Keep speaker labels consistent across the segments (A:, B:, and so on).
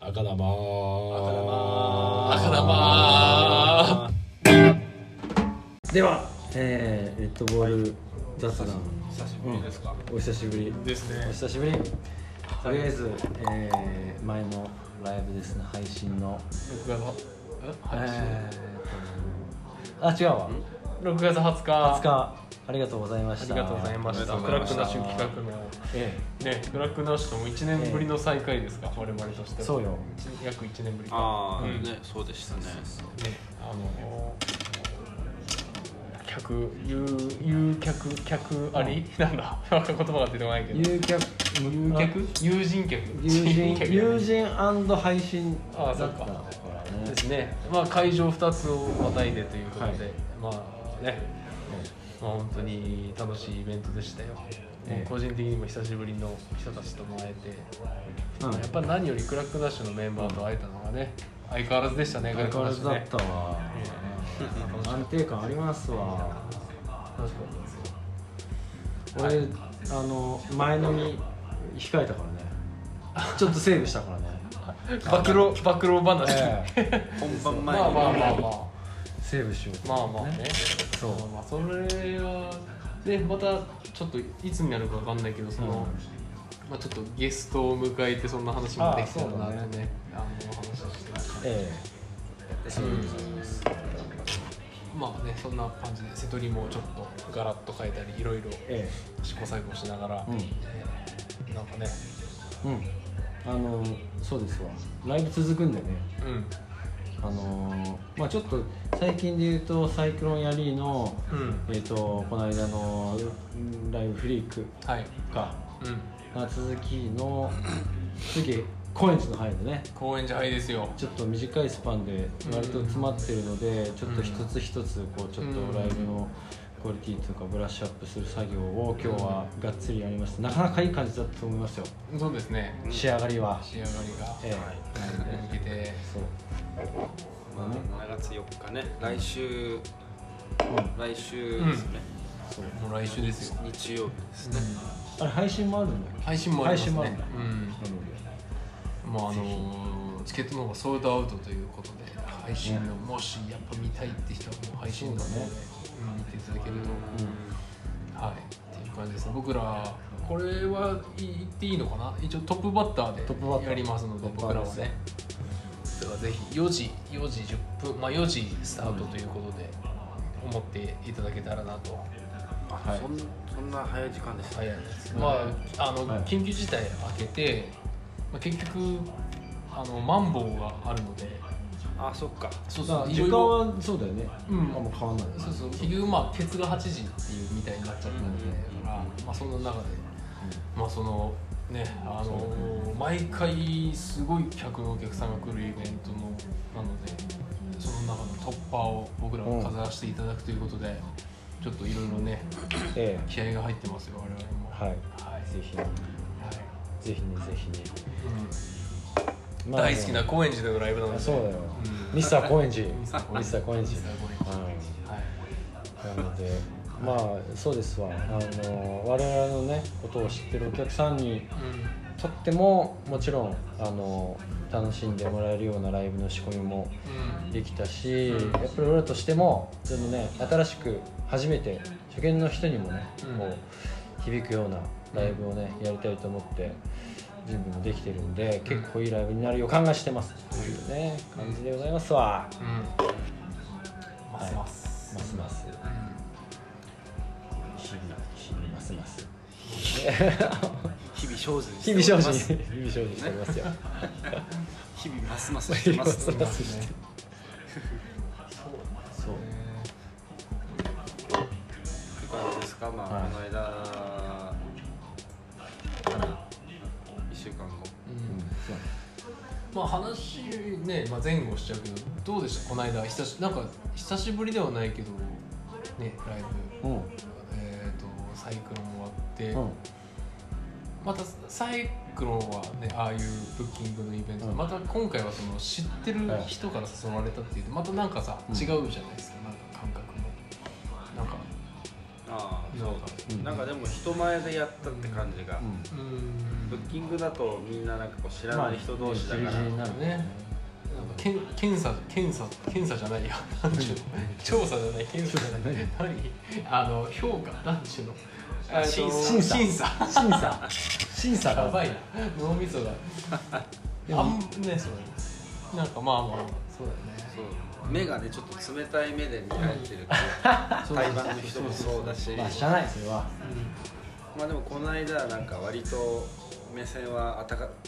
A: 赤
B: 赤
A: 玉玉
C: では、えー、レッドボール雑談、
B: 久しぶりですか、
C: お久しぶり
B: です
C: お
B: ね
C: 久しぶりとりあえず、えー、前のライブですね配信の
B: 6月はえ配信
C: えー、あ違うわ
B: 6月20日
C: 20日ありがとうございまし
B: あ
C: た
B: りがとうございました
A: あり
B: ク
A: がと
B: ラ
A: うご
B: ッ
A: ざ
B: ク
A: い
B: ナ
A: ま
B: ッシ
A: した
B: ュ企画の
C: え
B: ねクラックナッシュとも1年ぶりの再会ですか、我々として
C: え
B: は
C: そうよ
B: 一約1年ぶりか
A: ああ、
B: うん
A: ねそうでしたね
B: ねあの客有有客客あり、なんだなんか言葉が出てこないけど
C: 有客
B: 有客友人客
C: 友人
B: 客
C: 友人配信だ
B: あ
C: った
B: ーそ
C: か
B: っから
C: ね
B: ですね、まあ、会場2つをまたいでということ
C: は
B: で、
C: い
B: まあね、まあ、本当に楽しいイベントでしたよ、
C: ええ
B: 個人的にも久しぶりの人たちとも会えて、
C: うん
B: やっぱ何よりクラックダッシュのメンバーと会えたのがね相変わらずでしたね
C: 相変わらずだっ
B: ク
C: た
B: ラック
C: わ、
B: ダッシュねええ
C: 安定感ありますわ
B: 楽しかったですよ
C: 俺、あの前飲み控えたからねちょっとセーブしたからね
B: 暴露暴露話、
C: ええ
A: 本番
B: ま
A: 前に
B: あまあまあまあ
C: セーブしようと
B: まあまあね
C: そう
B: まあそれはでまたちょっといつになるかわかんないけどその、
C: うん
B: まあちょっとゲストを迎えてそんな話もできたら
C: ああそ
B: なと
C: うだ
B: ねあの話してました
C: ええそういうことです
B: まあねそんな感じで瀬戸りもちょっとガラッと変えたりいろいろ
C: え
B: 試行錯誤しながら、
C: うん
B: えーなんかね
C: えうんあのそうですわライブ続くんでね
B: うん
C: あのまあちょっと最近で言うとサイクロンやリーの
B: うん
C: えっ、とこの間のライブフリーク
B: はい
C: か
B: うん
C: 続きの次高円寺の範囲でね
B: 公演じゃないですよ
C: ちょっと短いスパンで割と詰まってるので、ちょっと一つ一つこうちょっとライブのクオリティとかブラッシュアップする作業を今日はがっつりやりましたなかなかいい感じだったと思いますよ、
B: そうですね
C: 仕上がりは、
B: 仕上がりが、
C: ええ
B: 抜けて
C: そう、
A: まあ7月4日ね来
C: う
A: 週
C: ん、
A: 来週ですね、
C: そう
B: もう来週ですよ、
A: 日曜日ですね
C: あれ配信もあるんだっけ
B: 配信もありますね
C: 配信もある
B: うん
C: なので
B: まああのチケットの方がソールドアウトということで配信の、もしやっぱ見たいって人はもう配信の方で、
C: そうだね
B: うん見ていただけると、はいっていう感じです僕らこれはい言っていいのかな一応トップバッタ
C: トップバッタ
B: ーで
C: ー
B: やりますので
C: トップバッタ
B: 僕ら
C: ー
B: はねではぜひ4時4時10分まあ4時スタートということで、思っていただけたらなと
A: あ
C: はい
A: そんそんな早い時間でした、
B: 早いです、まああの、
C: はい
B: 緊急事態明けて、まあ、結局あのマンボウがあるので
A: あそっか
B: そう
C: だか
B: そ
C: ら
B: うい
C: 時
B: ろい
C: 間
B: ろ
C: はそうだよね、
B: うん
C: あんま変わんないよね
B: そうそう結局まあケツが8時っていうみたいになっちゃったので、
C: うん
B: だから、まあ、その中で、まあそのねあの毎回すごい客のお客さんが来るイベントのなのでその中のトッパーを僕らが飾らせていただくということで、ちょっといろいろね
C: ええ
B: 気合が入ってますよ我々も
C: はい
B: はい
C: ぜひ
B: はい
C: ぜひねぜひね、
B: うん
C: まあ
B: 大好きな高円寺でのライブなん
C: あ
B: です
C: そうだよ、
B: うん
C: ミスター高円寺
B: ミ
C: ミ
B: ス
C: ス
B: タ
C: タ
B: ー高円寺
C: ー高円寺
B: ミスター高円寺
C: はい
B: はい
C: なのでまあそうですわあの我々のねことを知ってるお客さんに
B: う
C: とってももちろんあの楽しんでもらえるようなライブの仕込みも
B: ん
C: できたし、
B: うん
C: やっぱり俺らとしてもそのね新しく初めて初見の人にもね、
B: うん
C: こう響くようなライブをねやりたいと思って準備もできてるんで結構いいライブになる予感がしてますというね感じでございますわ、
B: うんうんますます
C: ますます
B: うん
C: 日々日々ますます
A: 日々精進して
C: 日
A: おりま
C: 々
A: す
C: 精進日々精進しておりますよ
A: 日々ますますしてます
C: ますますしてそう
A: って感じですか、まあ、
C: はい
A: この間から1週間後
B: うんまあ話ね、まあ、前後しちゃうけどどうでしたこの間久しなんか久しぶりではないけどねライブ
C: うん
B: えっ、とサイクロン終わって、
C: うん
B: またサイクロンはねああいうブッキングのイベント、
C: うん
B: また今回はその知ってる人から誘われたっていうとまたなんかさ、
C: うん
B: 違うじゃないですかなんか感覚もなんか
A: ああ
B: なんか
A: なんかでも人前でやったって感じが
C: うん
B: うん
A: ブッキングだとみんななんかこう知らない人同士だから、
C: ギリギリになるね
B: なんかけん検査検査検査じゃないや何ちゅうの調査じゃない検査じゃない何あの評価何ちゅうのえっと
A: 審
C: 査
B: 審査
C: 審査審査
B: やば
C: が
B: いな脳み そが
C: でも
B: あんねそうなんかまあまあそう
A: そう目がねちょっと冷たい目で見られて るから
B: そう
A: 台湾の人もそうだし
C: まあしゃあないそれは
B: だよね
A: まあでもこの間なんか割と目線は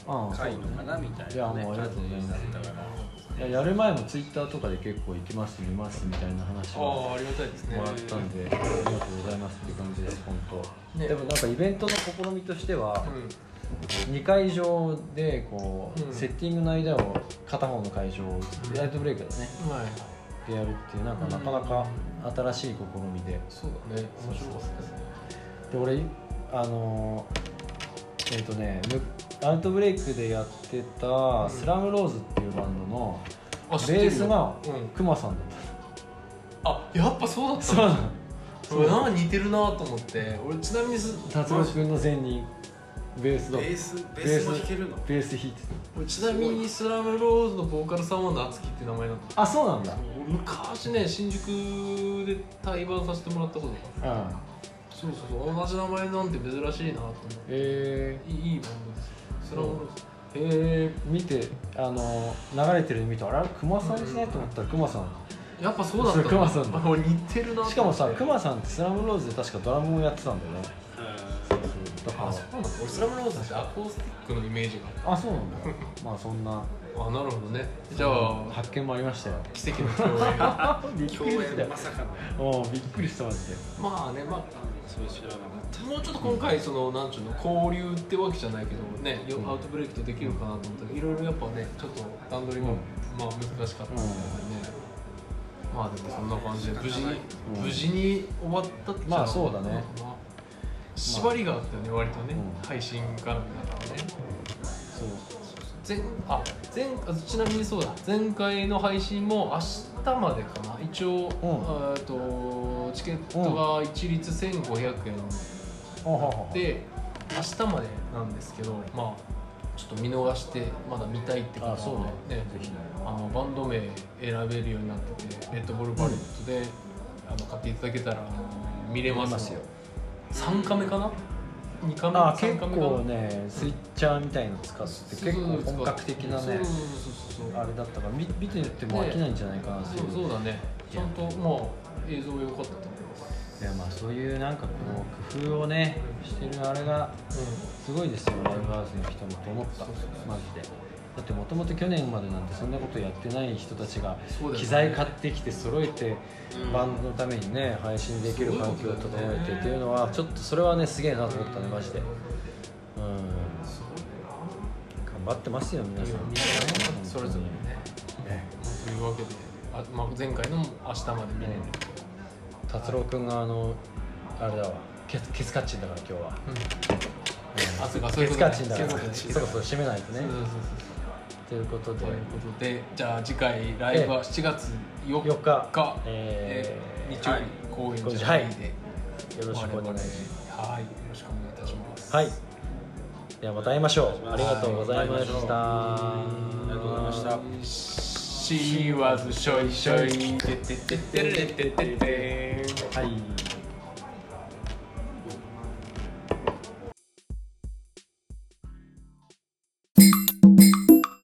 A: 温
C: うん
A: かいのかなみたい
C: いや
A: な
C: もうあ
A: ね
C: りがとうございます
A: だったから
C: いややる前もツイッターとかで結構行きます見ますみたいな話
B: あ
C: を
B: あありがたいですね
C: もらったんで、ありがとうございますって感じです本当、
B: ね
C: でもなんかイベントの試みとしては、
B: うん
C: 2会場でこう、
B: うん
C: セッティングの間を片方の会場を
B: うん
C: ライトブレイクですね
B: はい
C: でやるっていうなんかなかなか新しい試みで
B: そうだね面白かったですね
C: で俺あのーえっ、とねむアウトブレイクでやってたスラムローズっていうバンドの
B: あ知って
C: ベ
B: るよ
C: ースが
B: うん
C: クマさんだっ
B: あやっぱそうだったた
C: そ
B: ん
C: う
B: だ
C: なの
B: うわなんか似てるなと思って俺ちなみにす
C: 達郎君の前任ベース
A: ベ
C: だ
A: ースベースも弾けるの
C: ベース弾いて
B: 俺ちなみにスラムローズのボーカルさんは夏希って名前なんだ
C: たあそうなんだ
B: 俺昔ね新宿で対バンさせてもらったことがある
C: うん
B: そうそうそう同じ名前なんて珍しいなと思って
C: え
B: いいいいバンドですよスラムローズ
C: ー、えー、見てあの流れてるの見てあれクマさんじゃないと思ったらクマさん
B: やっぱそうだっ
C: そ
B: た
C: う熊さんだ
B: あ俺似てるなと思って
C: しかもさクマさんってスラムローズで確かドラムをやってたんだよねだか
B: あそうなんだ俺スラムローズだしアコースティックのイメージが
C: らあそうなんだまあそんな
B: あるあなるほどねじゃあ
C: 発見もありましたよ
B: 奇跡の共演 ま
C: び
A: 共演まさかの
C: おびっくりしたマジで
B: あねまあ
A: そう知らなかっ
B: もうちょっと今回そのなんちゅうの交流ってわけじゃないけどねよアウトブレイクとできるかなと思ったけどいろいろやっぱねちょっと段取りも、
C: うん
B: まあ難しかったんでね、まあでもそんな感じで無事に、
C: うん
B: 無事に終わったって
C: まあそうだね
B: まあ縛りがあったよね割とね、
C: うん
B: 配信からみたいなね
C: そう
B: 前あ前あちなみにそうだ前回の配信も明日までかな一応、
C: ん
B: えっとチケットが一律1500円、
C: あはは
B: で明日までなんですけどまあちょっと見逃してまだ見たいって方
C: あ
B: は
C: そうね
B: ね
C: ぜひ
B: あのバンド名選べるようになっててレッドボールバレットで、あの買っていただけたらあの見れま
C: 見
B: す
C: れますよ
B: 3カメかな2カメ
C: あ
B: 3
C: 結
B: カメかな
C: 構ねスイッチャーみたいの使って結構本格的なね
B: そうそうそうそう
C: あれだったから見見てても飽きないんじゃないかなってい
B: そうそうだねちゃんとまあ映像良かったと思いま
C: い
B: す、
C: やまあそういうなんかこう工夫をねしてるあれがすごいですよライブハウスの人もと思った
B: そうそうそう
C: マジでだってもともと去年までなんてそんなことやってない人たちが
B: そうだよね
C: 機材買ってきて揃えて
A: うん
C: バンドのためにね配信できる環境を整えてっていうのはちょっとそれはねすげえなと思ったねマジでうん頑張ってますよ皆さん
B: それぞれね
C: ね
B: というわけであ、まあ、前回のも明日まで見れる、
C: ね達郎くんがあのあれだわケツケツカッチンだから今日は
B: あそうかそう
C: ケ
B: いうこ
C: ツ
B: と
C: カッチンだか
B: そうい
C: ら
B: うこと
C: そろそろ締めないとね
B: そうそうそう
C: ということで
B: そうということでじゃあ次回ライブは7月4日
C: 4日
B: え
C: え
B: ー
C: ー
B: 日曜
A: はい
B: 日公演じゃな
C: はい
B: いで、
C: よろしくお願いします
B: 我々はいよろしくお願いいたします
C: はい。ではまた会いましょう。ありがとうございま
A: はい
C: した。
A: たありがとうございました。
B: She was しょいしょいててててててててて
C: はい。